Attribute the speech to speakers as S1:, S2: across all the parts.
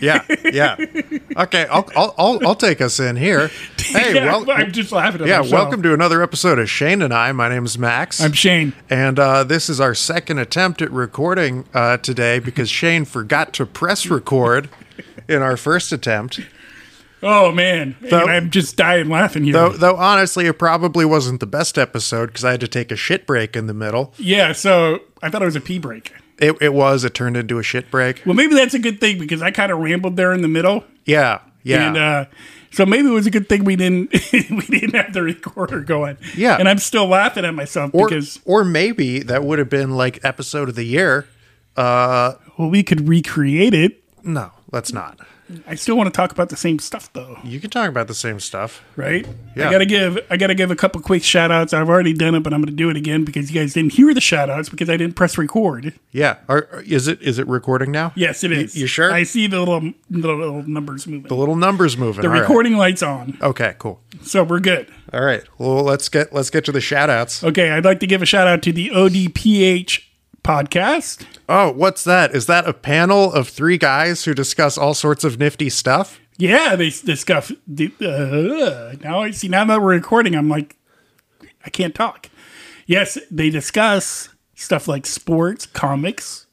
S1: yeah, yeah. Okay, I'll, I'll, I'll, I'll take us in here. Hey,
S2: yeah,
S1: well,
S2: I'm just laughing at
S1: yeah.
S2: myself.
S1: Welcome to another episode of Shane and I. My name is Max.
S2: I'm Shane.
S1: and uh, this is our second attempt at recording uh, today because Shane forgot to press record in our first attempt.
S2: Oh man, and I'm just dying laughing here.
S1: Though, though honestly, it probably wasn't the best episode because I had to take a shit break in the middle.
S2: yeah, so I thought it was a pee break.
S1: It, it was. It turned into a shit break.
S2: Well, maybe that's a good thing because I kind of rambled there in the middle,
S1: Yeah, yeah.
S2: and uh, so maybe it was a good thing we didn't we didn't have the recorder going.
S1: Yeah.
S2: and I'm still laughing at myself
S1: or,
S2: because
S1: or maybe that would have been like episode of the year. Uh,
S2: well, we could recreate it.
S1: no, let's not.
S2: I still want to talk about the same stuff though,
S1: You can talk about the same stuff.
S2: right?
S1: Yeah.
S2: I gotta give I gotta give a couple quick shout outs. I've already done it, but I'm gonna do it again because you guys didn't hear the shout outs because I didn't press record.
S1: Yeah. Are, are- is it is it recording now?
S2: Yes, it is.
S1: you sure?
S2: I see the little the little numbers moving.
S1: The little numbers moving.
S2: The
S1: All right.
S2: recording light's on,
S1: Okay. Cool.
S2: so we're good.
S1: All right. Well, let's get let's get to the shout outs.
S2: Okay, I'd like to give a shout out to the ODPH podcast.
S1: Oh, what's that? Is that a panel of three guys who discuss all sorts of nifty stuff?
S2: Yeah, they discuss. The, uh, now I see. Now that we're recording, I'm like, I can't talk. Yes, they discuss stuff like sports, comics,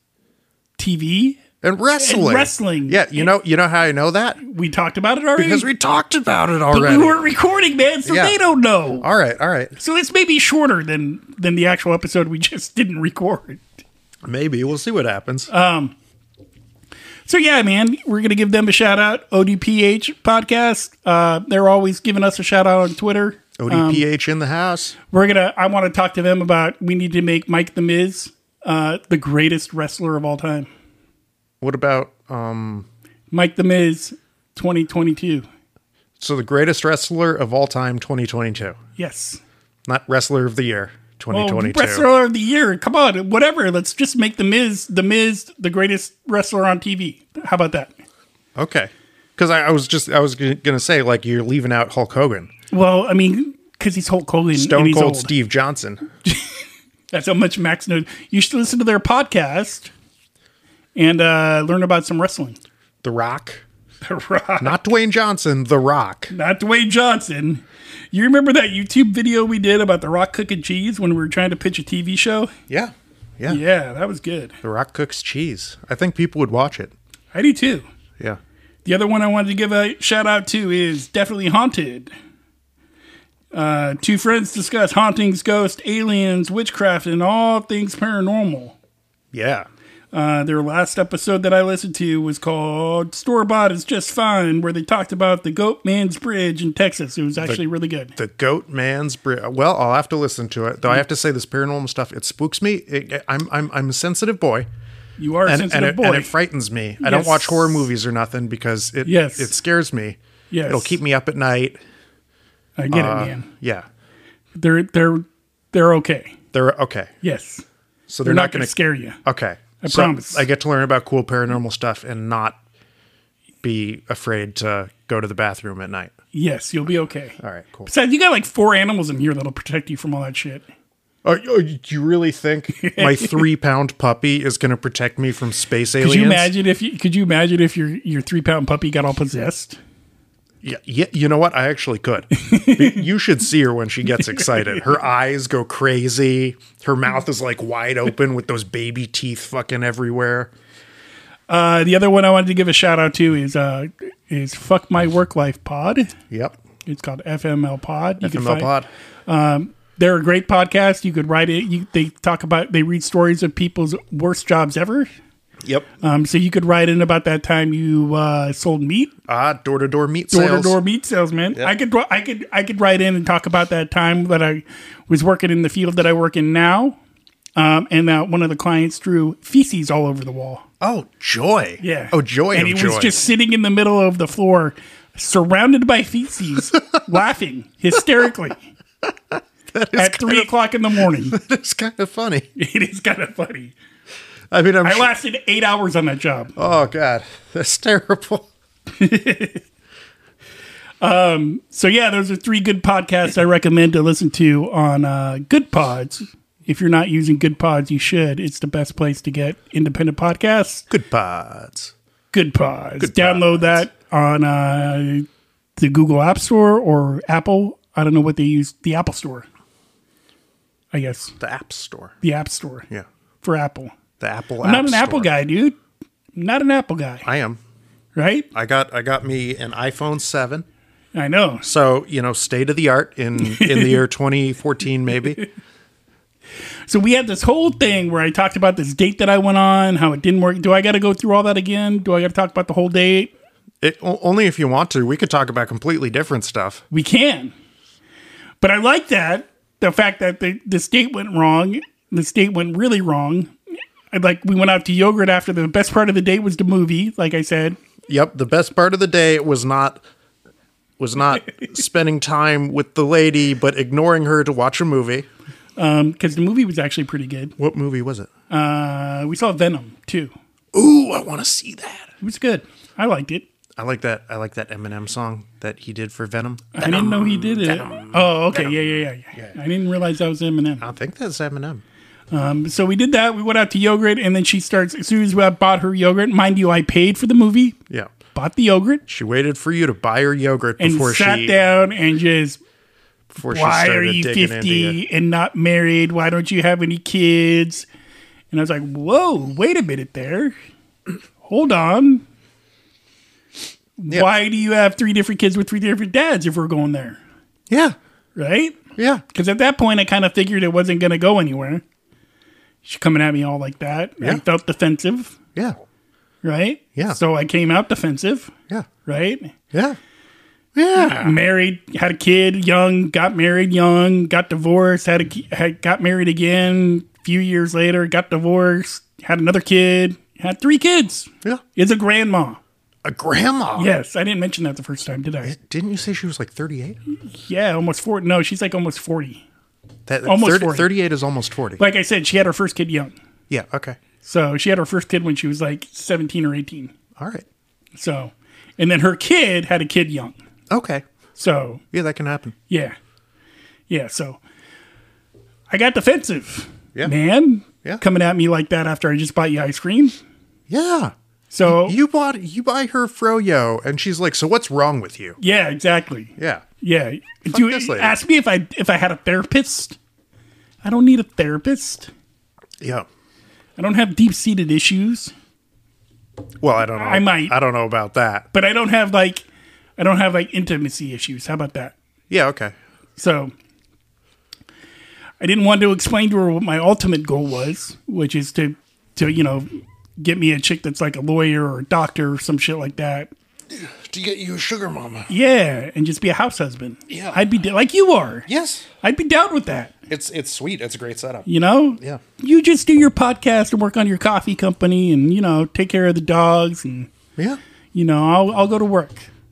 S2: TV.
S1: And wrestling.
S2: And wrestling.
S1: Yeah, you know you know how I know that?
S2: We talked about it already.
S1: Because we talked about it
S2: But
S1: already.
S2: we weren't recording, man, so
S1: Yeah.
S2: they don't know.
S1: all right, all right.
S2: So it's maybe shorter than than the actual episode we just didn't record.
S1: Maybe we'll see what happens.
S2: Uh, So yeah, man, we're gonna give them a shout out. ODPH podcast. Uh, they're always giving us a shout out on Twitter.
S1: ODPH in the house.
S2: We're gonna. I want to talk to them about. We need to make Mike the Miz uh, the greatest wrestler of all time.
S1: What about um
S2: Mike the Miz, 2022.
S1: so the greatest wrestler of all time 2022.
S2: Yes.
S1: Not wrestler of the year
S2: Oh,
S1: 2022.
S2: wrestler of the year. Come on, whatever. Let's just make the Miz the Miz the greatest wrestler on TV. How about that?
S1: Okay. Because I, I was just I was g- gonna say like you're leaving out Hulk Hogan,
S2: Well, I mean, because he's Hulk Hogan. and
S1: Stone
S2: he's
S1: Cold
S2: old.
S1: Steve Johnson.
S2: That's how much Max knows. You should listen to their podcast and uh, learn about some wrestling.
S1: The Rock.
S2: The Rock,
S1: Not Dwayne Johnson, The Rock.
S2: not Dwayne Johnson. You remember that YouTube video we did about The Rock cooking cheese when we were trying to pitch a TV show?
S1: Yeah. Yeah.
S2: Yeah, that was good.
S1: The Rock cooks cheese. I think people would watch it.
S2: I do too.
S1: Yeah.
S2: The other one I wanted to give a shout out to is Definitely Haunted. Uh, two friends discuss hauntings, ghosts, aliens, witchcraft, and all things paranormal.
S1: Yeah.
S2: Uh, their last episode that I listened to was called Store Bought is Just Fine, where they talked about the Goat Man's Bridge in Texas. It was actually really good.
S1: The Goat Man's Bri- well, I'll have to listen to it. Though I have to say, this paranormal stuff it spooks me. It, I'm I'm I'm a sensitive boy,
S2: You are a
S1: and,
S2: sensitive
S1: and, it,
S2: boy.
S1: and it frightens me. I don't
S2: Yes.
S1: watch horror movies or nothing because it
S2: Yes.
S1: it scares me.
S2: yes.
S1: It'll keep me up at night.
S2: I get
S1: Uh,
S2: it, man.
S1: yeah,
S2: They're they're they're okay.
S1: they're okay.
S2: Yes.
S1: So
S2: They're
S1: they're,
S2: not,
S1: not
S2: going
S1: going
S2: to scare you.
S1: Okay, I
S2: promise.
S1: I get to learn about cool paranormal stuff and not be afraid to go to the bathroom at night.
S2: Yes, you'll be okay.
S1: All right, cool.
S2: Besides, you got like four animals in here that'll protect you from all that shit.
S1: Are, are, do you really think my three pound puppy is going to protect me from space aliens?
S2: Could you imagine if you could you imagine if your your three pound puppy got all possessed?
S1: Yeah, yeah, you know what? I actually could. you should see her when she gets excited. Her eyes go crazy. Her mouth is like wide open with those baby teeth fucking everywhere.
S2: Uh, the other one I wanted to give a shout out to is uh, is fuck my work life pod.
S1: Yep.
S2: It's called FML Pod. You can
S1: FML
S2: find-
S1: pod.
S2: They're a great podcast. You could write it. You, they talk about they read stories of people's worst jobs ever.
S1: Yep.
S2: Um, so you could write in about that time you uh, sold meat,
S1: Ah, door to door meat
S2: door to
S1: sales.
S2: door meat salesman. I could I could I could write in and talk about that time that I was working in the field that I work in now. Um, and uh, one of the clients drew feces all over the wall.
S1: Oh, joy.
S2: Yeah.
S1: Oh, joy
S2: And
S1: of
S2: he
S1: joy.
S2: was just sitting in the middle of the floor, surrounded by feces, laughing hysterically at three o'clock in the morning.
S1: it's kind of funny.
S2: it is kind of funny.
S1: I mean, I'm.
S2: I
S1: sure-
S2: lasted eight hours on that job.
S1: oh God, that's terrible.
S2: So yeah, those are three good podcasts I recommend to listen to on uh, Good Pods. If you're not using Good Pods, you should. It's the best place to get independent podcasts.
S1: Good pods.
S2: Good Pods. Download that on uh, the Google App Store or Apple. I don't know what they use. The Apple Store, I guess.
S1: The App Store.
S2: The App Store
S1: Yeah.
S2: for Apple.
S1: The Apple App
S2: I'm not an Apple
S1: Store.
S2: guy, dude. I'm not an Apple guy,
S1: I am.
S2: right?
S1: I got I got me an iPhone 7.
S2: I know.
S1: So, you know, state of the art in in the year 2014 maybe.
S2: So we had this whole thing where I talked about this date that I went on, how it didn't work. Do I got to go through all that again? Do I got to talk about the whole date?
S1: It, o- only if you want to. We could talk about completely different stuff.
S2: We can. But I like that the fact that the this date went wrong. This date went really wrong. I like we went out to yogurt after the best part of the date was the movie. Like I said,
S1: Yep, the best part of the day was not was not spending time with the lady but ignoring her to watch a movie.
S2: because um, the movie was actually pretty good.
S1: What movie was it?
S2: Uh, we saw Venom too.
S1: Ooh, I want to see that.
S2: It was good. I liked it.
S1: I like that. I like that Eminem song that he did for Venom.
S2: I didn't know he did it. Oh, okay. Yeah, yeah, yeah, yeah. I didn't realize that was Eminem.
S1: I think that's Eminem.
S2: So we did that. We went out to yogurt, and then she starts. As soon as I bought her yogurt, mind you, I paid for the movie,
S1: Yeah.
S2: bought the yogurt,
S1: She waited for you to buy her yogurt
S2: and
S1: before
S2: sat
S1: she
S2: down and just,
S1: before she
S2: why
S1: started
S2: are you
S1: digging into you.
S2: fifty and not married? Why don't you have any kids? And I was like, whoa, wait a minute there, hold on. Why do you have three different kids with three different dads if we're going there,
S1: Yeah.
S2: right?
S1: Yeah.
S2: Because at that point, I kind of figured it wasn't going to go anywhere. She's coming at me all like that. I
S1: Yeah.
S2: felt defensive.
S1: Yeah.
S2: right?
S1: Yeah.
S2: So I came out defensive,
S1: Yeah.
S2: right?
S1: Yeah. Yeah.
S2: Married, had a kid young, got married young, got divorced, had a ki- had got married again a few years later, got divorced, had another kid, had three kids.
S1: Yeah.
S2: Is a grandma.
S1: A grandma.
S2: Yes, I didn't mention that the first time, did I?
S1: Didn't you say she was like 38?
S2: Yeah, almost 40. No, she's like almost 40.
S1: That, that
S2: Almost
S1: 30
S2: 40.
S1: 38 is almost 40.
S2: Like I said, she had her first kid young.
S1: yeah. Okay.
S2: So she had her first kid when she was like 17 or 18.
S1: All right.
S2: So, and then her kid had a kid young.
S1: Okay.
S2: So
S1: Yeah, that can happen.
S2: Yeah. Yeah. So I got defensive.
S1: Yeah.
S2: Man.
S1: Yeah.
S2: Coming at me like that after I just bought you ice cream.
S1: Yeah.
S2: So
S1: Oh. You bought you buy her froyo and she's like, "So what's wrong with you?"
S2: yeah, exactly.
S1: Yeah.
S2: Yeah. Do
S1: this lady.
S2: ask me if I if I had a therapist. I don't need a therapist.
S1: Yeah.
S2: I don't have deep seated issues.
S1: Well, I don't know.
S2: I might.
S1: I don't know about that.
S2: But I don't have like I don't have like intimacy issues. How about that?
S1: Yeah, okay.
S2: So I didn't want to explain to her what my ultimate goal was, which is to to you know get me a chick that's like a lawyer or a doctor or some shit like that.
S1: To get you a sugar mama.
S2: Yeah, and just be a house husband.
S1: Yeah.
S2: I'd be da- like you are.
S1: Yes.
S2: I'd be down with that.
S1: It's it's sweet. It's a great setup.
S2: You know.
S1: Yeah.
S2: You just do your podcast and work on your coffee company, and you know take care of the dogs, and
S1: Yeah.
S2: you know I'll I'll go to work.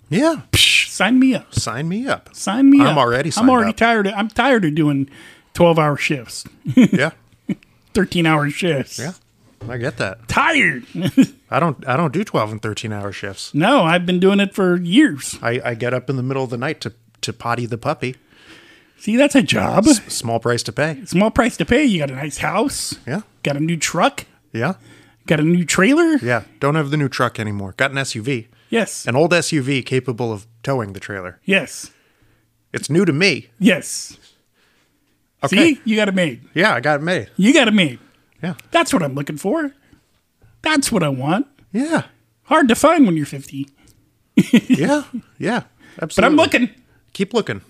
S1: Yeah.
S2: Psh, sign me up.
S1: Sign me up.
S2: Sign me
S1: I'm
S2: up.
S1: already
S2: I'm
S1: signed
S2: already
S1: up.
S2: tired. Of, I'm tired of doing twelve hour shifts,
S1: Yeah.
S2: thirteen hour shifts.
S1: Yeah. I get that.
S2: tired.
S1: I don't I don't do 12 and 13 hour shifts.
S2: no, I've been doing it for years.
S1: I, I get up in the middle of the night to to potty the puppy.
S2: See, that's a job.
S1: Small price to pay.
S2: Small price to pay. You got a nice house.
S1: Yeah.
S2: Got a new truck.
S1: Yeah.
S2: Got a new trailer.
S1: Yeah. Don't have the new truck anymore. Got an SUV.
S2: Yes.
S1: An old SUV capable of towing the trailer.
S2: yes.
S1: It's new to me.
S2: Yes.
S1: Okay.
S2: See, you got it made.
S1: Yeah, I got it made.
S2: You got it made.
S1: Yeah.
S2: That's what I'm looking for. That's what I want.
S1: Yeah.
S2: Hard to find when you're 50,
S1: Yeah. Yeah. Absolutely.
S2: but I'm looking.
S1: Keep looking.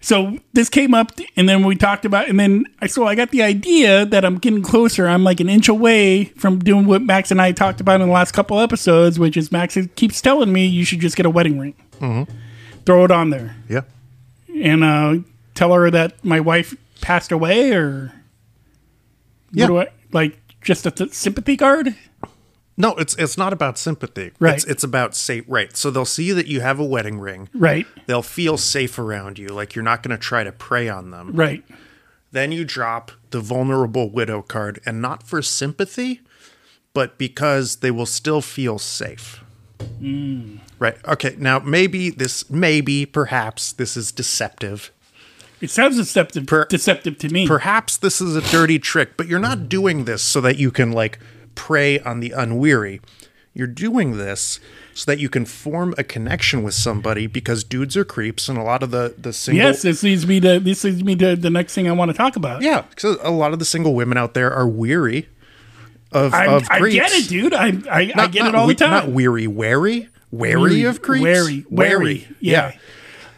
S2: So this came up, and then we talked about, and then I so I got the idea that I'm getting closer. I'm like an inch away from doing what Max and I talked about in the last couple episodes, which is Max keeps telling me you should just get a wedding ring,
S1: Mm-hmm.
S2: throw it on there,
S1: Yeah.
S2: and uh, tell her that my wife passed away, or
S1: Yeah.
S2: what do I, like just a th- sympathy card.
S1: No, it's it's not about sympathy.
S2: Right.
S1: It's it's about safe right. So they'll see that you have a wedding ring.
S2: Right,
S1: They'll feel safe around you, like you're not gonna try to prey on them.
S2: right.
S1: Then you drop the vulnerable widow card, and not for sympathy, but because they will still feel safe. Right. Okay. Now, maybe this, maybe perhaps this is deceptive.
S2: It sounds deceptive,
S1: Per-
S2: deceptive to me.
S1: Perhaps this is a dirty trick, but you're not doing this so that you can like prey on the unweary. You're doing this so that you can form a connection with somebody because dudes are creeps and a lot of the the single
S2: yes, this leads me to this leads me to the next thing I want to talk about.
S1: yeah, because a lot of the single women out there are weary of
S2: I,
S1: of
S2: I
S1: creeps.
S2: get it, dude. I I, I get
S1: Not
S2: it all
S1: we-
S2: the time.
S1: Not weary, wary, wary of creeps,
S2: Wary, wary.
S1: yeah.
S2: Yeah.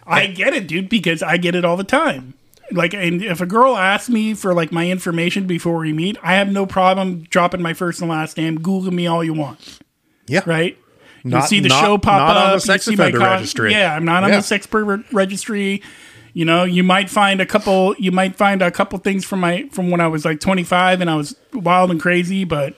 S2: I get it, dude, because I get it all the time. Like, and if a girl asks me for like my information before we meet, I have no problem dropping my first and last name. Google me all you want,
S1: yeah.
S2: right?
S1: Not-
S2: you see the
S1: not-
S2: show pop
S1: not on
S2: up.
S1: the
S2: you
S1: sex
S2: see my
S1: offender
S2: con-
S1: registry.
S2: Yeah, I'm not on
S1: Yeah.
S2: the sex pervert registry. You know, you might find a couple. You might find a couple things from my from when I was like 25 and I was wild and crazy, but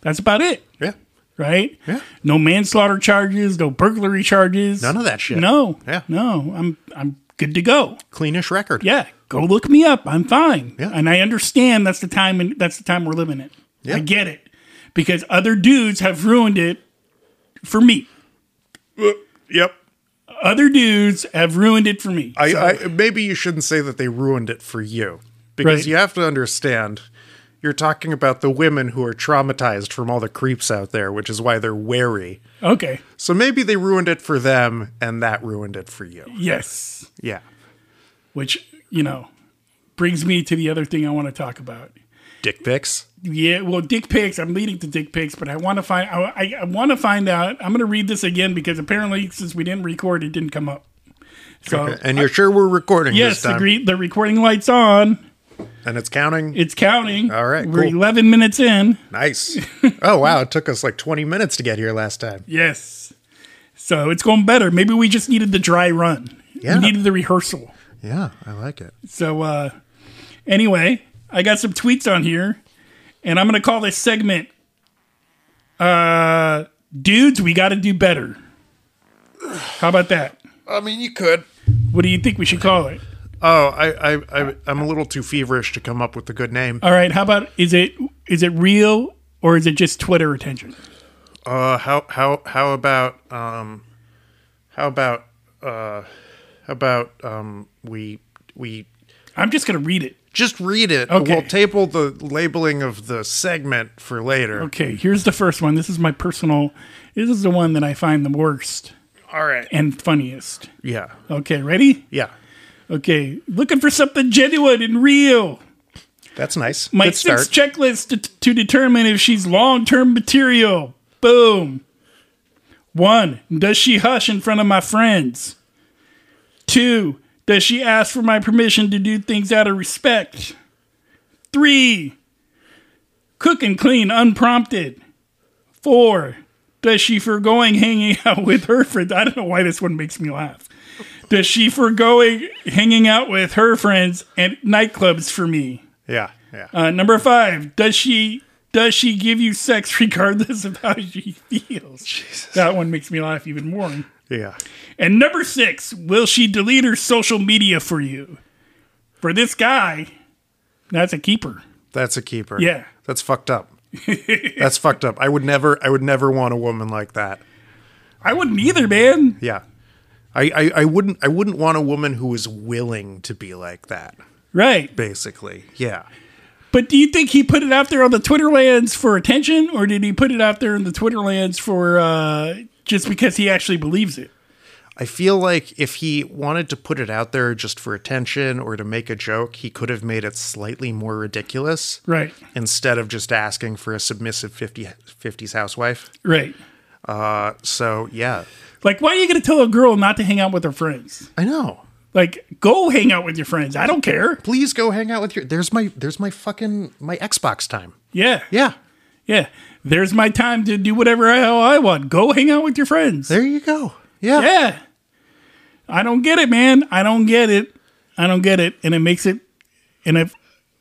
S2: that's about it
S1: Yeah.
S2: right?
S1: Yeah.
S2: No manslaughter charges, no burglary charges,
S1: None of that shit.
S2: No,
S1: Yeah.
S2: no, I'm I'm good to go.
S1: Cleanish record.
S2: Yeah, go look me up. I'm fine.
S1: Yeah.
S2: and I understand that's the time and that's the time we're living in.
S1: Yeah.
S2: I get it because other dudes have ruined it for me.
S1: Yep.
S2: Other dudes have ruined it for me.
S1: I, I maybe you shouldn't say that they ruined it for you because
S2: Right.
S1: you have to understand you're talking about the women who are traumatized from all the creeps out there, which is why they're wary.
S2: okay.
S1: So maybe they ruined it for them and that ruined it for you.
S2: Yes.
S1: Yeah.
S2: Which you know brings me to the other thing I want to talk about.
S1: Dick pics.
S2: Yeah, well, dick pics. I'm leading to dick pics, but I want to find. I, I, I want to find out. I'm going to read this again because apparently, since we didn't record, it didn't come up. So
S1: And you're sure we're recording
S2: yes,
S1: this
S2: the,
S1: time
S2: gre- the recording light's on.
S1: and it's counting.
S2: It's counting.
S1: All right,
S2: we're
S1: cool.
S2: 11 minutes in.
S1: nice. oh wow, it took us like 20 minutes to get here last time.
S2: Yes, so it's going better. Maybe we just needed the dry run.
S1: Yeah.
S2: we needed the rehearsal.
S1: Yeah, I like it.
S2: So uh, anyway, I got some tweets on here, and I'm going to call this segment. Uh, dudes, we got to do better. How about that?
S1: I mean, you could.
S2: What do you think we should call it?
S1: Oh, I, I, I I'm a little too feverish to come up with a good name.
S2: All right. How about is it is it real or is it just Twitter attention?
S1: Uh, how how how about um, how about uh, how about um, we we
S2: I'm just gonna read it.
S1: just read it.
S2: Okay.
S1: We'll table the labeling of the segment for later.
S2: Okay. Here's the first one. This is my personal. This is the one that I find the worst
S1: All right.
S2: and funniest.
S1: Yeah.
S2: Okay. Ready?
S1: Yeah.
S2: Okay. Looking for something genuine and real.
S1: That's nice.
S2: My
S1: Good start.
S2: six checklist to, to determine if she's long term material. Boom. One, does she hush in front of my friends? Two, does she ask for my permission to do things out of respect? Three, cook and clean unprompted. Four, does she foregoing hanging out with her friends? I don't know why this one makes me laugh. Does she foregoing hanging out with her friends and nightclubs for me?
S1: yeah. Yeah.
S2: Uh, number five, does she does she give you sex regardless of how she feels? That one makes me laugh even more.
S1: yeah.
S2: And number six, will she delete her social media for you? For this guy, that's a keeper.
S1: That's a keeper.
S2: Yeah.
S1: That's fucked up. That's fucked up. I would never. I would never want a woman like that.
S2: I wouldn't either, man.
S1: Yeah. I, I, I wouldn't I wouldn't want a woman who is willing to be like that,
S2: Right.
S1: basically. Yeah.
S2: But do you think he put it out there on the Twitter lands for attention, or did he put it out there in the Twitter lands for uh, just because he actually believes it?
S1: I feel like if he wanted to put it out there just for attention or to make a joke, he could have made it slightly more ridiculous
S2: Right.
S1: instead of just asking for a submissive 50, 50s housewife.
S2: Right.
S1: Uh, so, yeah.
S2: Like, why are you going to tell a girl not to hang out with her friends?
S1: I know.
S2: Like, go hang out with your friends. I don't care.
S1: Please go hang out with your There's my there's my fucking my Xbox time.
S2: Yeah.
S1: Yeah.
S2: Yeah. There's my time to do whatever the hell I want. Go hang out with your friends.
S1: There you go. Yeah.
S2: Yeah. I don't get it, man. I don't get it. I don't get it. And it makes it. And if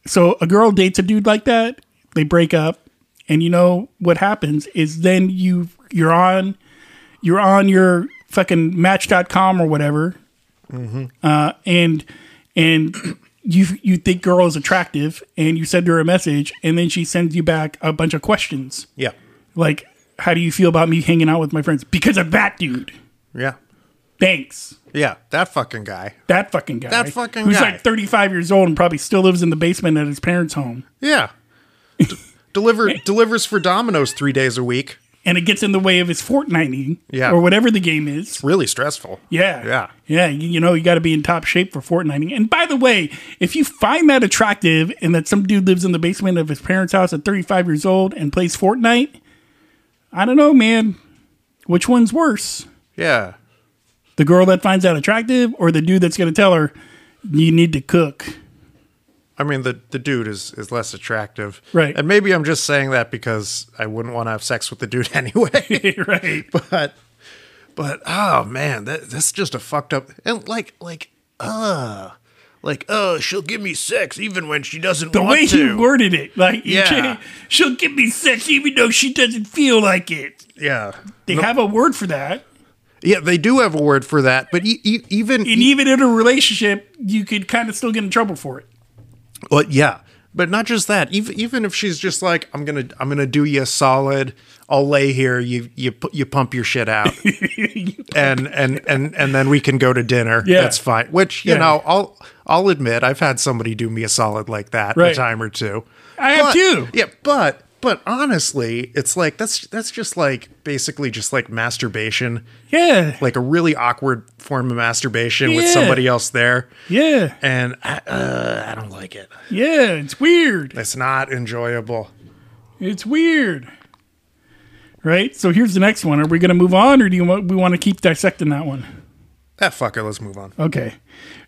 S2: so, a girl dates a dude like that, they break up, and you know what happens is then you you're on you're on your fucking Match.com or whatever, uh, and and you you think girl is attractive, and you send her a message, and then she sends you back a bunch of questions
S1: Yeah.
S2: like, how do you feel about me hanging out with my friends because of that dude?
S1: Yeah.
S2: Banks.
S1: Yeah, that fucking guy.
S2: That fucking guy.
S1: That fucking
S2: who's
S1: guy.
S2: like 35 years old and probably still lives in the basement at his parents' home.
S1: Yeah. D- deliver delivers for Domino's 3 days a week.
S2: And it gets in the way of his Fortnite
S1: Yeah.
S2: or whatever the game is.
S1: Really stressful.
S2: Yeah.
S1: Yeah.
S2: Yeah. You, you know, you got to be in top shape for Fortniting. And by the way, if you find that attractive and that some dude lives in the basement of his parents' house at 35 years old and plays Fortnite, I don't know, man. Which one's worse?
S1: Yeah.
S2: The girl that finds that attractive or the dude that's going to tell her, you need to cook?
S1: I mean the the dude is is less attractive.
S2: Right.
S1: And maybe I'm just saying that because I wouldn't want to have sex with the dude anyway.
S2: right.
S1: but but oh man, that that's just a fucked up and like like uh like uh she'll give me sex even when she doesn't
S2: The
S1: want
S2: way
S1: to.
S2: he worded it, like, you
S1: Yeah.
S2: can't- she'll give me sex even though she doesn't feel like it.
S1: yeah.
S2: They have a word for that.
S1: Yeah, they do have a word for that, but e- e- even
S2: And even in a relationship, you could kind of still get in trouble for it.
S1: Well, yeah, but not just that. Even even if she's just like, I'm gonna I'm gonna do you a solid. I'll lay here. You you pu- you pump your shit out, and and and and then we can go to dinner.
S2: Yeah.
S1: that's fine. Which you
S2: Yeah.
S1: know, I'll I'll admit, I've had somebody do me a solid like that
S2: Right.
S1: a time or two.
S2: I have
S1: But-
S2: too.
S1: Yeah, but but honestly, it's like that's that's just like basically just like masturbation,
S2: Yeah.
S1: like a really awkward form of masturbation with
S2: Yeah.
S1: somebody else there,
S2: Yeah.
S1: and I, uh, I don't like it.
S2: Yeah. It's weird.
S1: It's not enjoyable.
S2: It's weird. Right? So here's the next one. Are we going to move on or do you want, we want to keep dissecting that one?
S1: That fucker, let's move on.
S2: Okay.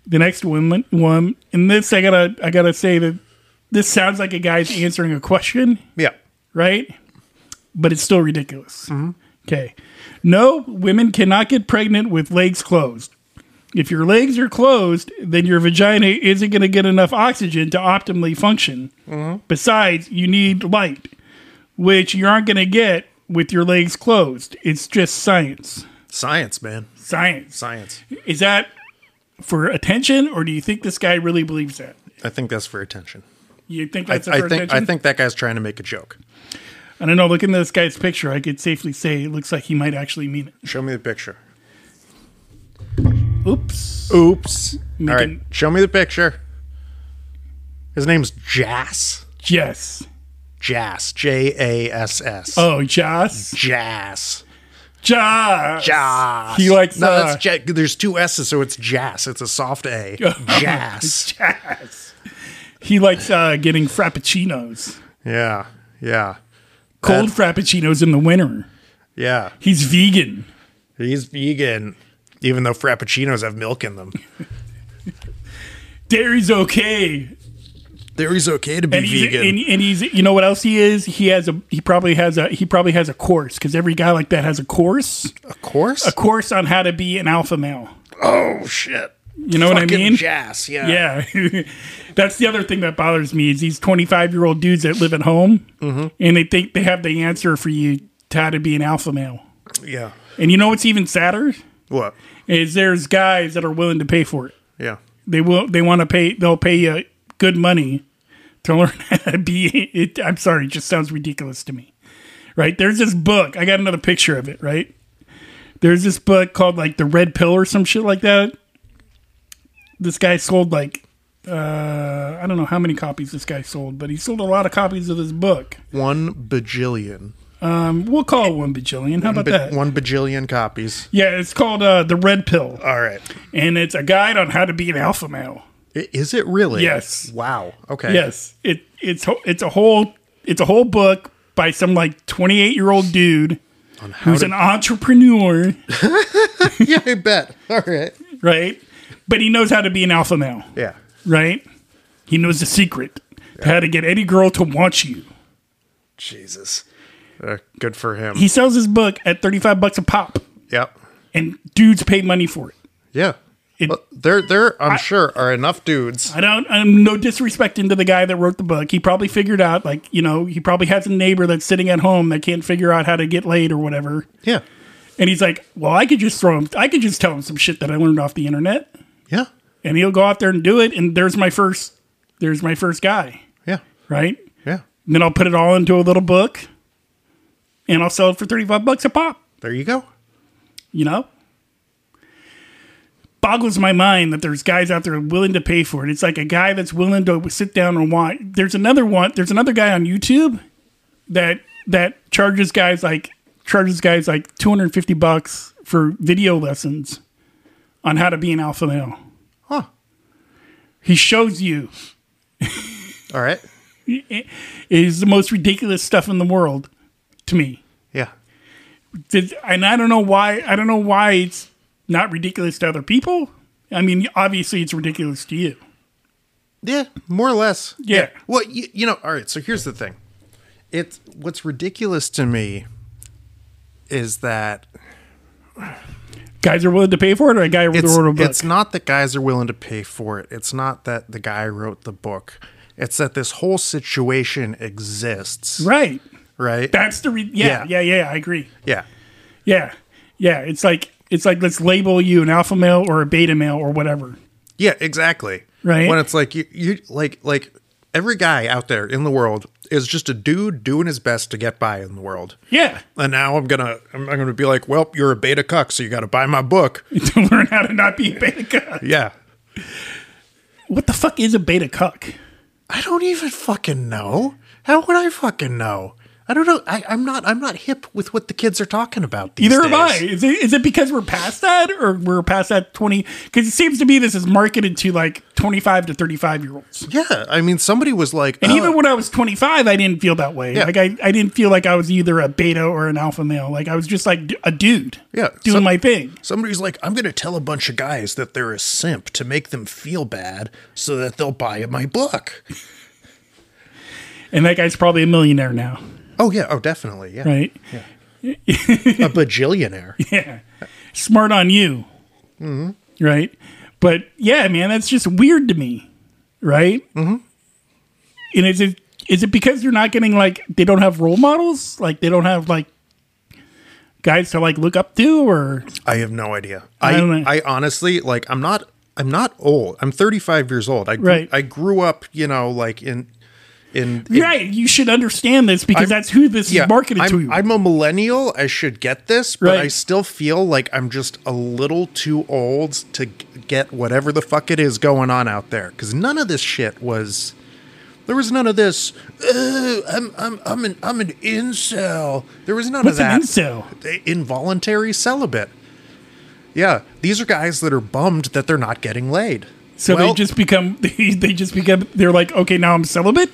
S2: The next one, one, and this I gotta, I gotta say that this sounds like a guy's answering a question,
S1: Yeah.
S2: right? But it's still ridiculous.
S1: Mm-hmm.
S2: Okay. No, women cannot get pregnant with legs closed. If your legs are closed, then your vagina isn't going to get enough oxygen to optimally function.
S1: Mm-hmm.
S2: Besides, you need light, which you aren't going to get with your legs closed. It's just science.
S1: Science, man.
S2: Science.
S1: Science.
S2: Is that for attention, or do you think this guy really believes that?
S1: I think that's for attention.
S2: You think
S1: I,
S2: that's
S1: I
S2: for
S1: think
S2: attention?
S1: I think that guy's trying to make a joke.
S2: I don't know. Looking at this guy's picture, I could safely say it looks like he might actually mean it.
S1: Show me the picture.
S2: Oops.
S1: Oops.
S2: Make
S1: All right.
S2: an-
S1: Show me the picture. His name's Jass.
S2: Yes.
S1: Jass. J A S S.
S2: Oh, Joss.
S1: Jass.
S2: Joss.
S1: Jass.
S2: He likes
S1: No,
S2: uh, Oh,
S1: that's J- there's two S's, so it's Jass. It's a soft A. Jass.
S2: Joss. He likes uh, getting frappuccinos,
S1: Yeah. Yeah.
S2: cold frappuccinos in the winter.
S1: Yeah.
S2: He's vegan.
S1: He's vegan, even though frappuccinos have milk in them.
S2: Dairy's okay.
S1: There is okay to be
S2: And he's,
S1: vegan.
S2: and, and he's you know what else he is? He has a he probably has a he probably has a course because every guy like that has a course.
S1: of course.
S2: course on how to be an alpha male.
S1: Oh shit!
S2: You know what I
S1: Fucking
S2: mean?
S1: Jazz, yeah.
S2: Yeah. That's the other thing that bothers me is these 25 year old dudes that live at home and they think they have the answer for you to how to be an alpha male.
S1: yeah.
S2: And you know what's even sadder
S1: What?
S2: is there's guys that are willing to pay for it.
S1: Yeah.
S2: They will. They want to pay. They'll pay you good money to learn how to be. It, I'm sorry, it just sounds ridiculous to me. Right? There's this book. I got another picture of it. Right? There's this book called like the Red Pill or some shit like that. This guy sold like uh, I don't know how many copies this guy sold, but he sold a lot of copies of this book. Um,
S1: One bajillion.
S2: We'll call it one bajillion. How about
S1: But
S2: that?
S1: one bajillion copies.
S2: Yeah, it's called uh, the Red Pill,
S1: All right.
S2: and it's a guide on how to be an alpha male.
S1: I- Is it really?
S2: Yes.
S1: Wow. Okay.
S2: Yes, it it's ho- it's a whole it's a whole book by some like 28 year old dude who's
S1: to-
S2: an entrepreneur,
S1: yeah, I bet. All right.
S2: right? But he knows how to be an alpha male,
S1: Yeah.
S2: right? He knows the secret to how to get any girl to want you.
S1: Jesus. Uh, good for him.
S2: He sells his book at 35 bucks a pop,
S1: yep.
S2: and dudes pay money for it.
S1: Yeah.
S2: It-
S1: Well, there, there. I'm sure are enough dudes.
S2: I don't. I'm no disrespect into the guy that wrote the book. He probably figured out, like you know, he probably has a neighbor that's sitting at home that can't figure out how to get laid or whatever.
S1: yeah.
S2: And he's like, "Well, I could just throw him. I could just tell him some shit that I learned off the internet,
S1: Yeah.
S2: and he'll go out there and do it. And there's my first, there's my first guy,
S1: Yeah.
S2: right?
S1: Yeah.
S2: And then I'll put it all into a little book, and I'll sell it for thirty five bucks a pop.
S1: There you go.
S2: You know, boggles my mind that there's guys out there willing to pay for it. It's like a guy that's willing to sit down and watch. There's another one. There's another guy on YouTube that that charges guys like charges guys like 250 bucks for video lessons on how to be an alpha male.
S1: Huh.
S2: He shows you
S1: All right.
S2: it is the most ridiculous stuff in the world to me.
S1: Yeah.
S2: Did, and I don't know why. I don't know why it's not ridiculous to other people. I mean, obviously, it's ridiculous to you.
S1: Yeah. More or less.
S2: Yeah.
S1: Well, you, you know, all right. So here's the thing. It's what's ridiculous to me is that
S2: Guys are willing to pay for it, or a guy wrote
S1: it's,
S2: a book.
S1: it's not that guys are willing to pay for it. It's not that the guy wrote the book. It's that this whole situation exists,
S2: Right.
S1: right?
S2: That's the re- yeah, yeah,
S1: Yeah.
S2: yeah, I agree.
S1: yeah.
S2: Yeah. Yeah. It's like it's like let's label you an alpha male or a beta male or whatever.
S1: Yeah, exactly.
S2: Right?
S1: When it's like you, you like like every guy out there in the world is just a dude doing his best to get by in the world.
S2: Yeah.
S1: And now I'm gonna I'm, I'm gonna be like, well, you're a beta cuck, so you got to buy my book.
S2: to learn how to not be a beta cuck.
S1: Yeah.
S2: What the fuck is a beta cuck?
S1: I don't even fucking know. How would I fucking know? I don't know. I, I'm not. I'm not hip with what the kids are talking about. These
S2: Either
S1: days.
S2: am I. Is it, is it because we're past that or we're past that 20? Because it seems to me this is marketed to like 25 to 35 year olds.
S1: Yeah, I mean, somebody was like,
S2: And
S1: oh,
S2: even when I was 25, I didn't feel that way.
S1: Yeah.
S2: Like, I, I didn't feel like I was either a beta or an alpha male. Like, I was just like d- a dude
S1: Yeah,
S2: doing
S1: so-
S2: my thing.
S1: somebody's like, I'm gonna tell a bunch of guys that they're a simp to make them feel bad, so that they'll buy my book.
S2: And that guy's probably a millionaire now,
S1: Oh yeah, oh definitely, yeah,
S2: right?
S1: a bajillionaire.
S2: Yeah. Smart on you.
S1: Mm-hmm.
S2: Right. But yeah, man, that's just weird to me. Right. Mm-hmm. And is it, is it because they're not getting like, they don't have role models? Like they don't have like guys to like look up to or
S1: I have no idea.
S2: I
S1: I,
S2: don't know.
S1: I, honestly like. I'm not. I'm not old. I'm 35 years old. I grew,
S2: Right.
S1: I grew up, you know, like in in, in
S2: right. You should understand this because that's who this is marketed
S1: I'm,
S2: to you.
S1: I'm a millennial. I should get this, but
S2: Right.
S1: I still feel like I'm just a little too old to g- get whatever the fuck it is going on out there. Because none of this shit was. There was none of this. "Oh, I'm I'm I'm an I'm an incel. There was none
S2: What's
S1: of
S2: an
S1: that.
S2: incel?
S1: I- Involuntary celibate. Yeah, these are guys that are bummed that they're not getting laid.
S2: So they
S1: Well,
S2: just become, they, they just become, they're like, okay, now I'm celibate.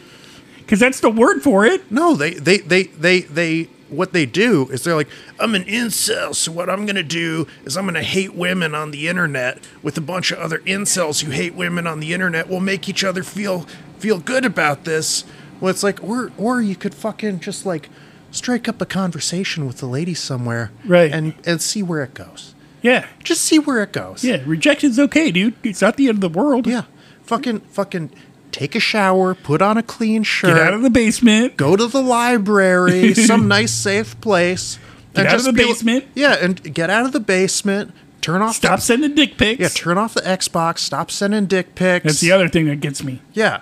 S2: Cause that's the word for it.
S1: No, they they they they they what they do is they're like, I'm an incel, so what I'm gonna do is I'm gonna hate women on the internet with a bunch of other incels who hate women on the internet. We'll make each other feel feel good about this. Well, it's like, or or you could fucking just like strike up a conversation with a lady somewhere,
S2: Right.
S1: And and see where it goes.
S2: Yeah.
S1: Just see where it goes.
S2: Yeah. Rejection's okay, dude. It's not the end of the world.
S1: yeah. Fucking fucking take a shower, put on a clean shirt,
S2: Get out of the basement.
S1: go to the library, some nice safe place.
S2: Get
S1: and
S2: out of
S1: just
S2: the
S1: be-
S2: basement.
S1: yeah, and get out of the basement. Turn off.
S2: Stop sending dick pics.
S1: yeah, turn off the Xbox. Stop sending dick pics.
S2: That's the other thing that gets me.
S1: yeah,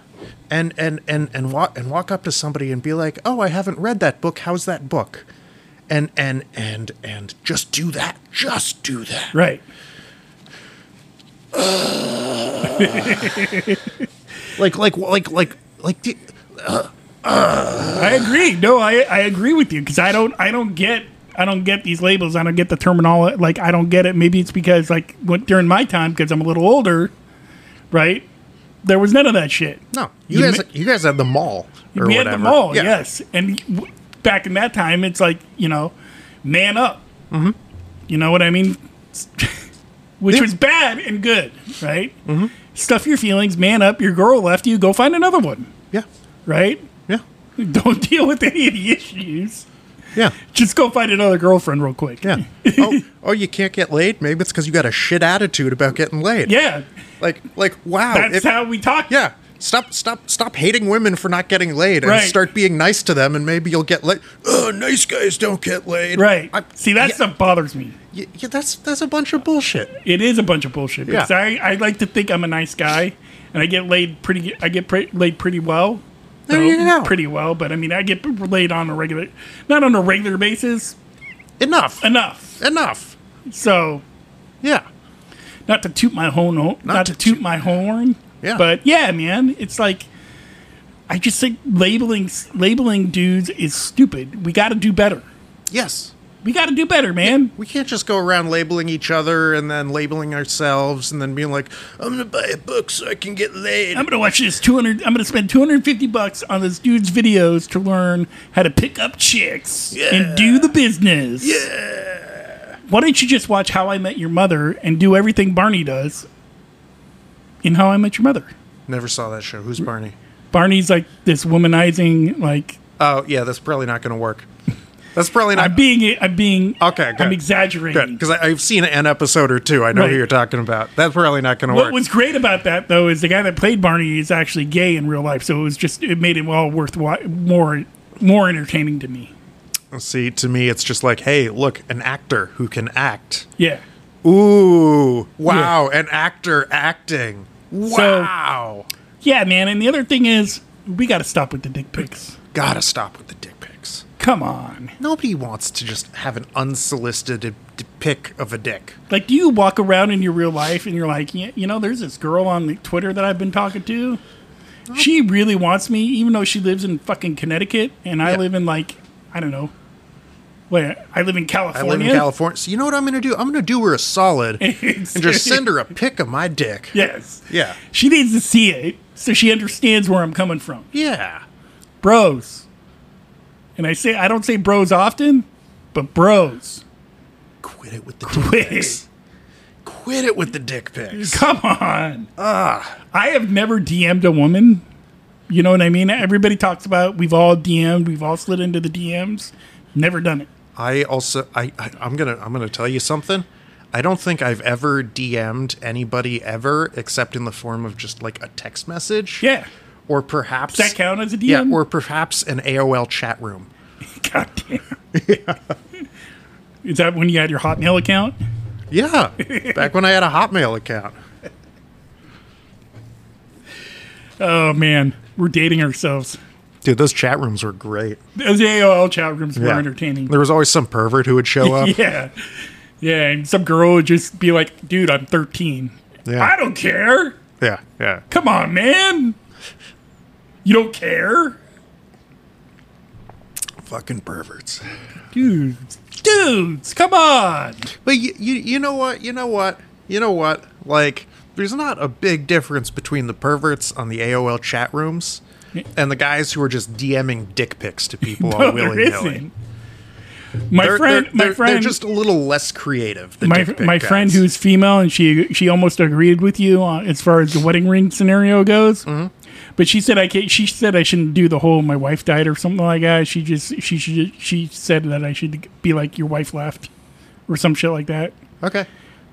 S1: and and and and walk and walk up to somebody and be like, "Oh, I haven't read that book. How's that book?" And and and and just do that. Just do that.
S2: Right.
S1: Like like like like like. the-
S2: I agree. No, I, I agree with you because I don't I don't get I don't get these labels. I don't get the terminology. Like I don't get it. Maybe it's because like when, during my time because I'm a little older, right? There was none of that shit.
S1: No, you,
S2: You
S1: guys you guys had the mall or
S2: we
S1: whatever.
S2: had the mall,
S1: Yeah.
S2: yes. And w- back in that time, it's like you know, man up. Mm-hmm. You know what I mean? Which
S1: Yeah.
S2: was bad and good, right? Mm-hmm. Stuff your feelings, man up. Your girl left you. Go find another one,
S1: yeah,
S2: right?
S1: yeah,
S2: Don't deal with any of the issues.
S1: yeah.
S2: Just go find another girlfriend real quick.
S1: Yeah. oh, oh, you can't get laid. Maybe it's because you got a shit attitude about getting laid.
S2: yeah.
S1: Like, like, wow.
S2: That's
S1: Oh, if-
S2: how we talk.
S1: yeah. Stop, stop, stop hating women for not getting laid, and
S2: Right.
S1: start being nice to them, and maybe you'll get laid. Oh, nice guys don't get laid.
S2: Right.
S1: I-
S2: See, that
S1: yeah,
S2: stuff bothers me.
S1: yeah, yeah, that's that's a bunch of bullshit.
S2: It is a bunch of bullshit.
S1: Yeah.
S2: Because I, I like to think I'm a nice guy, and I get laid pretty. I get pre- laid pretty well.
S1: There you go.
S2: Pretty well, but I mean, I get laid on a regular, not on a regular basis.
S1: Enough.
S2: Enough.
S1: Enough.
S2: So
S1: Yeah.
S2: not to toot my horn, not, not to,
S1: to
S2: toot my horn.
S1: Yeah.
S2: But yeah, man, it's like I just think labeling labeling dudes is stupid. We got to do better.
S1: Yes.
S2: We got to do better, man.
S1: We can't just go around labeling each other and then labeling ourselves and then being like, I'm going to buy a book so I can get laid.
S2: I'm gonna watch this 200. I'm gonna spend 250 bucks on this dude's videos to learn how to pick up chicks and do the business. Yeah. Why don't you just watch How I Met Your Mother and do everything Barney does in How I Met Your Mother?
S1: Never saw that show. Who's Barney?
S2: Barney's like this womanizing, like
S1: Oh, yeah, that's probably not going to work. That's probably
S2: I'm
S1: not.
S2: being, I'm being,
S1: Okay, good.
S2: I'm exaggerating.
S1: Because I've seen an episode or two. I know
S2: Right.
S1: who you're talking about. That's probably not going to
S2: What
S1: work.
S2: was great about that though is the guy that played Barney is actually gay in real life, so it was just it made it all worthwhile, more, more entertaining to me.
S1: See, to me, it's just like, hey, look, an actor who can act.
S2: Yeah.
S1: Ooh, wow, an actor acting.
S2: So-
S1: Wow.
S2: Yeah, man. And the other thing is, we got to stop with the dick pics.
S1: Gotta stop with the dick pics.
S2: Come on.
S1: Nobody wants to just have an unsolicited d- pic of a dick.
S2: Like, do you walk around in your real life and you're like, yeah, you know, there's this girl on the Twitter that I've been talking to. She really wants me, even though she lives in fucking Connecticut and I
S1: Yeah.
S2: live in like, I don't know, where I live in
S1: I
S2: California.
S1: live in California. So you know what I'm gonna do? I'm gonna do her a solid and just send her a pic of my dick.
S2: Yes.
S1: Yeah.
S2: She needs to see it so she understands where I'm coming from.
S1: Yeah.
S2: Bros. And I say I don't say bros often, but bros.
S1: Quit it with the dick
S2: Quit.
S1: pics. Quit it with the dick pics.
S2: Come on. I have never DM'd a woman. You know what I mean? Everybody talks about we've all DM'd, we've all slid into the DMs. Never done it.
S1: I also I, I I'm gonna I'm gonna tell you something. I don't think I've ever DM'd anybody ever except in the form of just like a text message.
S2: Yeah.
S1: Or perhaps
S2: Does that count as a DM?
S1: Yeah, or perhaps an AOL chat room.
S2: God damn. Is that when you had your Hotmail account?
S1: Yeah, back when I had a Hotmail account.
S2: Oh man, we're dating ourselves.
S1: Dude, those chat rooms were great.
S2: Those AOL chat rooms were
S1: Yeah.
S2: entertaining.
S1: There was always some pervert who would show up.
S2: Yeah. Yeah, and some girl would just be like, dude, I'm 13.
S1: Yeah.
S2: I don't care.
S1: yeah, yeah.
S2: Come on, man. You don't care?
S1: Fucking perverts.
S2: Dudes. Dudes, come on.
S1: But you, you, you know what? You know what? You know what? Like, there's not a big difference between the perverts on the AOL chat rooms and the guys who are just DMing dick pics to people
S2: No,
S1: all
S2: there
S1: willy nilly.
S2: isn't. My
S1: They're,
S2: friend,
S1: they're,
S2: my
S1: they're-
S2: friend,
S1: they're just a little less creative. Than
S2: my,
S1: dick pic
S2: my
S1: guys.
S2: friend who's female and she she almost agreed with you on, as far as the wedding ring scenario goes.
S1: Mm-hmm.
S2: But she said I can't, she said I shouldn't do the whole my wife died or something like that. She just she should she said that I should be like your wife left or some shit like that.
S1: okay.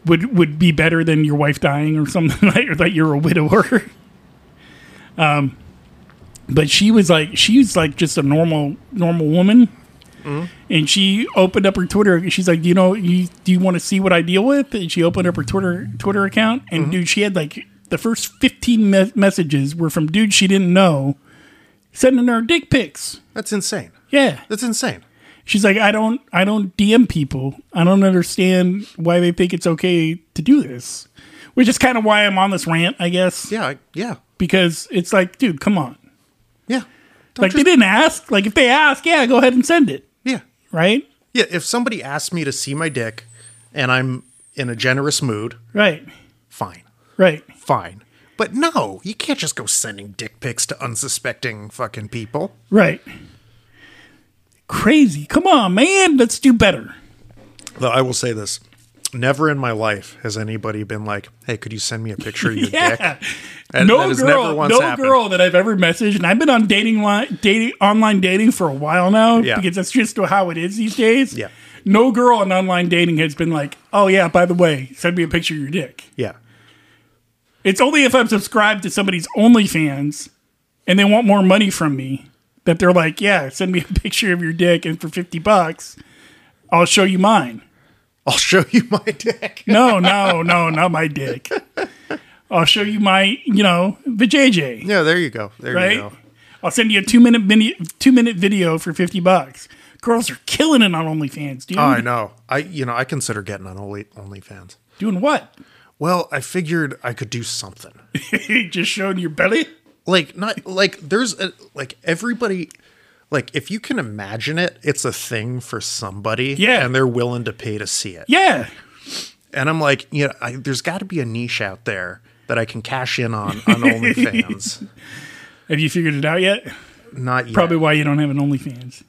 S2: Would would be better than your wife dying or something like or that you're a widower. um but she was like she's like just a normal normal woman. And she opened up her Twitter. and She's like, you know, you do you want to see what I deal with? And she opened up her Twitter Twitter account, and dude, she had like the first fifteen me- messages were from dudes she didn't know, sending her dick pics.
S1: That's insane.
S2: Yeah,
S1: That's insane.
S2: she's like, I don't, I don't DM people. I don't understand why they think it's okay to do this, which is kind of why I'm on this rant, I guess,
S1: Yeah, I- yeah,
S2: because it's like, dude, come on,
S1: yeah. Don't
S2: like
S1: just-
S2: they didn't ask. Like if they ask, yeah, go ahead and send it,
S1: yeah.
S2: right?
S1: Yeah, if somebody asks me to see my dick and I'm in a generous mood,
S2: Right,
S1: fine.
S2: right.
S1: Fine. But no, you can't just go sending dick pics to unsuspecting fucking people.
S2: Right. Crazy. Come on, man. Let's do better.
S1: Though I will say this. Never in my life has anybody been like, "Hey, could you send me a picture of your
S2: Yeah.
S1: dick?" And
S2: no
S1: that has
S2: girl,
S1: never once
S2: no
S1: happened.
S2: girl that I've ever messaged, and I've been on dating line, dating online dating for a while now
S1: Yeah.
S2: because that's just how it is these days.
S1: Yeah.
S2: No girl on online dating has been like, "Oh yeah, by the way, send me a picture of your dick."
S1: Yeah.
S2: It's only if I'm subscribed to somebody's OnlyFans and they want more money from me that they're like, "Yeah, send me a picture of your dick, and for fifty bucks, I'll show you mine."
S1: I'll show you my dick.
S2: No, no, no, not my dick. I'll show you my, you know, the JJ,
S1: Yeah, there you go. There
S2: right?
S1: you go.
S2: I'll send you a two minute mini, two minute video for fifty bucks. Girls are killing it on OnlyFans, dude.
S1: I know. I you know, I consider getting on Only OnlyFans.
S2: Doing what?
S1: Well, I figured I could do something.
S2: Just showing your belly.
S1: Like not like there's a, like everybody like if you can imagine it, it's a thing for somebody.
S2: Yeah.
S1: and they're willing to pay to see it.
S2: Yeah.
S1: And I'm like, you know, I, there's got to be a niche out there that I can cash in on on OnlyFans.
S2: Have you figured it out yet?
S1: Not yet.
S2: Probably why you don't have an OnlyFans.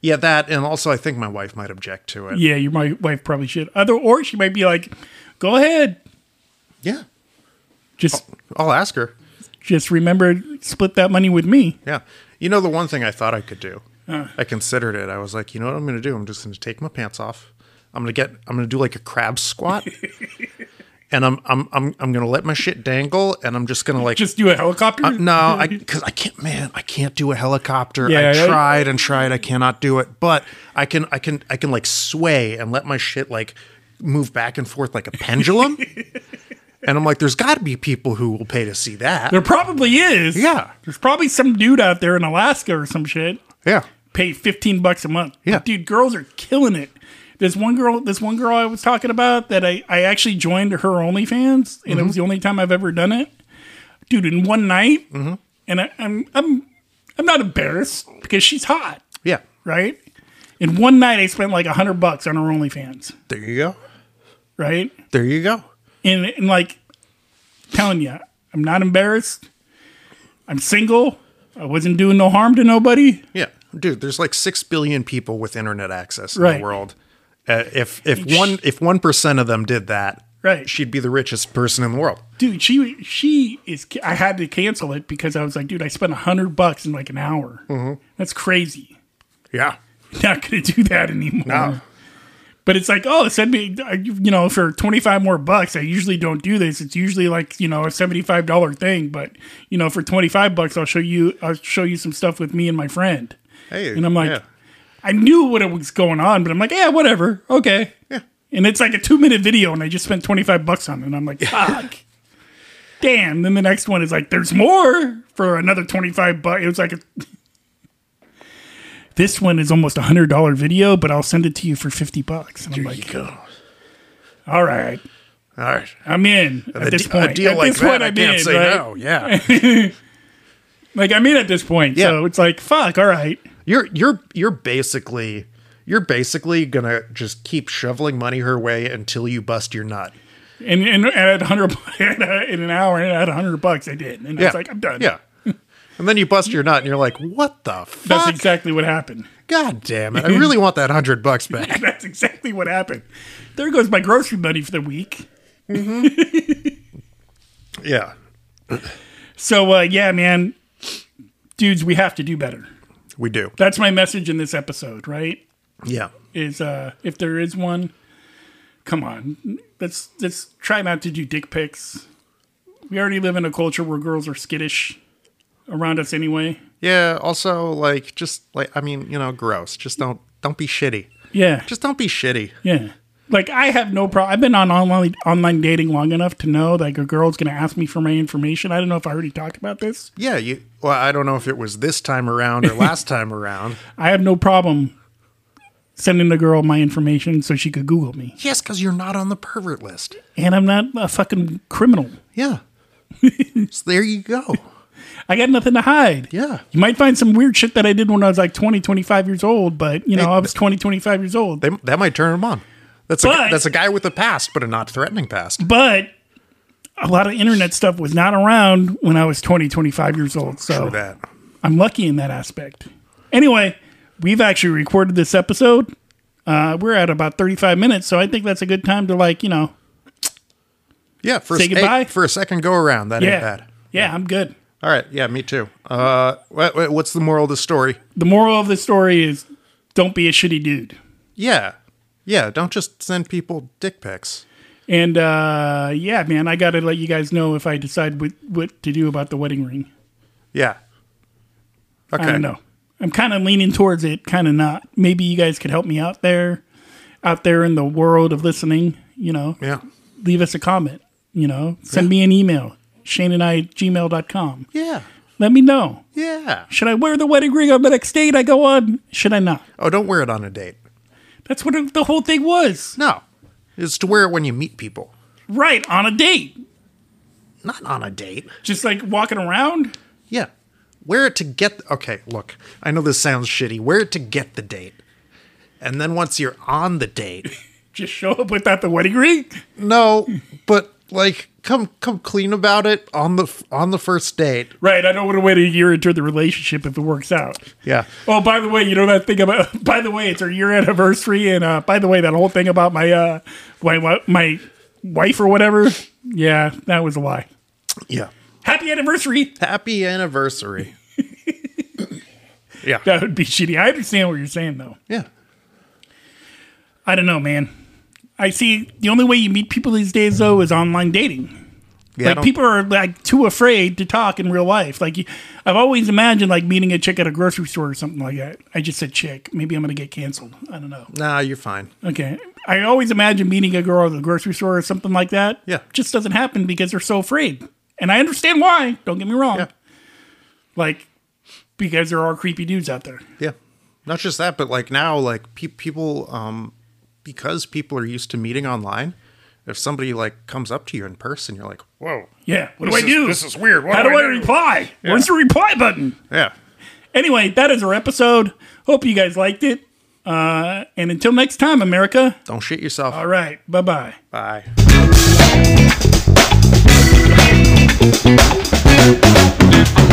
S1: Yeah, that and also I think my wife might object to it.
S2: Yeah, your my wife probably should. Other or she might be like, "Go ahead,
S1: Yeah.
S2: just
S1: I'll ask her.
S2: just remember split that money with me."
S1: Yeah. You know the one thing I thought I could do.
S2: Uh.
S1: I considered it. I was like, you know what I'm going to do? I'm just going to take my pants off. I'm going to get I'm going to do like a crab squat. and I'm I'm I'm I'm going to let my shit dangle and I'm just going to like
S2: Just do a helicopter.
S1: Uh, no, I because I can't, man. I can't do a helicopter.
S2: Yeah,
S1: I
S2: I-
S1: tried and tried. I cannot do it. But I can, I can, I can like sway and let my shit like move back and forth like a pendulum. and I'm like, there's got to be people who will pay to see that.
S2: there probably is.
S1: Yeah.
S2: there's probably some dude out there in Alaska or some shit.
S1: yeah,
S2: Pay fifteen bucks a month.
S1: Yeah.
S2: dude, girls are killing it. There's one girl. This one girl I was talking about that I I actually joined her OnlyFans, and it was the only time I've ever done it. Dude, in one night, and I, I'm I'm I'm not embarrassed because she's hot.
S1: yeah.
S2: right? In one night, I spent like a hundred bucks on her OnlyFans,
S1: There you go.
S2: right?
S1: There you go.
S2: And, and like, telling you, I'm not embarrassed. I'm single. I wasn't doing no harm to nobody.
S1: Yeah, dude. There's like six billion people with internet access in
S2: Right.
S1: the world. Uh, if if one if one percent of them did that,
S2: Right.
S1: she'd be the richest person in the world.
S2: Dude, she she is. I had to cancel it because I was like, dude, I spent a hundred bucks in like an hour. That's crazy.
S1: Yeah.
S2: Not gonna do that anymore.
S1: No.
S2: But it's like, oh, send me, you know, for 25 more bucks. I usually don't do this. It's usually like, you know, a $75 thing. But, you know, for 25 bucks, I'll show you, I'll show you some stuff with me and my friend.
S1: Hey.
S2: And I'm like,
S1: yeah.
S2: I knew what it was going on, but I'm like, yeah, whatever. Okay.
S1: Yeah.
S2: And it's like a two minute video and I just spent 25 bucks on it. And I'm like, fuck. Damn. Then the next one is like, there's more for another 25 bucks. It was like, a, this one is almost a hundred dollar video, but I'll send it to you for 50 bucks. And I'm
S1: There
S2: like,
S1: you go.
S2: all right,
S1: All right.
S2: I'm in at
S1: a
S2: this
S1: de-
S2: point.
S1: A deal
S2: at
S1: like
S2: this
S1: that,
S2: point,
S1: I
S2: I'm
S1: can't
S2: in,
S1: say
S2: right?
S1: no. Yeah,
S2: Like I'm in at this point, so
S1: Yeah.
S2: it's like fuck. All right,
S1: you're you're you're basically you're basically gonna just keep shoveling money her way until you bust your nut.
S2: and and at hundred in an hour, and at hundred bucks, I did, and I
S1: Yeah,
S2: was like, I'm done.
S1: Yeah, and then you bust your nut, and you're like, "What the
S2: that's
S1: fuck?
S2: exactly what happened.
S1: God damn it! I really want that hundred bucks back."
S2: That's exactly what happened. There goes my grocery money for the week.
S1: Yeah,
S2: So uh, yeah, man, dudes, we have to do better.
S1: we do.
S2: That's my message in this episode, right?
S1: Yeah,
S2: Is uh, if there is one, come on, let's let's try not to do dick pics. We already live in a culture where girls are skittish around us anyway.
S1: yeah. Also, like, just like I mean, you know, gross. Just don't don't be shitty.
S2: Yeah,
S1: Just don't be shitty.
S2: yeah. Like I have no problem. I've been on online online dating long enough to know like a girl's gonna ask me for my information. I don't know if I already talked about this.
S1: Yeah, you. Well, I don't know if it was this time around or last time around.
S2: I have no problem sending the girl my information so she could Google me.
S1: Yes, because you're not on the pervert list.
S2: And I'm not a fucking criminal.
S1: Yeah. so there you go.
S2: I got nothing to hide.
S1: Yeah.
S2: You might find some weird shit that I did when I was like 20, 25 years old, but you know, I was 20, 25 years old.
S1: They, that might turn him on. That's a,
S2: But-
S1: that's a guy with a past, but a not threatening past.
S2: But a lot of internet stuff was not around when I was 20, 25 years old. So
S1: True that.
S2: I'm lucky in that aspect. Anyway, we've actually recorded this episode. Uh, we're at about 35 minutes, so I think that's a good time to like, you know,
S1: Yeah, for
S2: Say
S1: a, hey,
S2: goodbye?
S1: for a second go around. That
S2: yeah,
S1: ain't bad.
S2: yeah, I'm good.
S1: All right. Yeah, me too. Uh, wha- wha- what's the moral of the story?
S2: the moral of the story is don't be a shitty dude.
S1: Yeah, yeah. Don't just send people dick pics.
S2: And uh, yeah, man, I got to let you guys know if I decide what, what to do about the wedding ring.
S1: Yeah. Okay.
S2: I don't know. I'm kind of leaning towards it, kind of not. Maybe you guys could help me out there, out there in the world of listening. You know,
S1: Yeah.
S2: leave us a comment. You know, send me an email, Shane and I at gmail.com.
S1: Yeah.
S2: Let me know.
S1: Yeah.
S2: Should I wear the wedding ring on the next date I go on? Should I not?
S1: Oh, don't wear it on a date.
S2: That's what it- the whole thing was.
S1: No, it's to wear it when you meet people.
S2: Right, on a date.
S1: Not on a date.
S2: Just like walking around.
S1: Yeah. Wear it to get. Okay, look, I know this sounds shitty. Wear it to get the date. And then once you're on the date,
S2: Just show up without the wedding ring.
S1: no, but like come come clean about it on the f- on the first date.
S2: Right, I don't want to wait a year into the relationship if it works out.
S1: Yeah.
S2: Oh, by the way, you know that thing about. By the way, it's our year anniversary, and uh, by the way, that whole thing about my uh, my my wife or whatever. Yeah, that was a lie.
S1: Yeah.
S2: Happy anniversary.
S1: Happy anniversary. yeah.
S2: That would be shitty. I understand what you're saying though.
S1: Yeah.
S2: I don't know, man. I see the only way you meet people these days though is online dating.
S1: Yeah, I
S2: like
S1: don't-
S2: people are like too afraid to talk in real life. Like you- I've always imagined like meeting a chick at a grocery store or something like that. I just said chick. Maybe I'm gonna get canceled. I don't know.
S1: Nah, you're fine.
S2: Okay. I always imagine meeting a girl at a grocery store or something like that.
S1: Yeah.
S2: Just doesn't happen because they're so afraid. And I understand why. Don't get me wrong.
S1: Yeah.
S2: Like because there are creepy dudes out there.
S1: Yeah. Not just that, but like now, like pe- people, um, because people are used to meeting online, if somebody like comes up to you in person, you're like, whoa.
S2: Yeah. What
S1: This
S2: do I
S1: is-
S2: do?
S1: this is weird. What
S2: How
S1: do
S2: do I,
S1: I do?
S2: reply? Where's the reply button?
S1: Yeah.
S2: Anyway, that is our episode. Hope you guys liked it. Uh, and until next time, America.
S1: Don't shit yourself.
S2: All right. Bye bye.
S1: Bye.
S3: Thank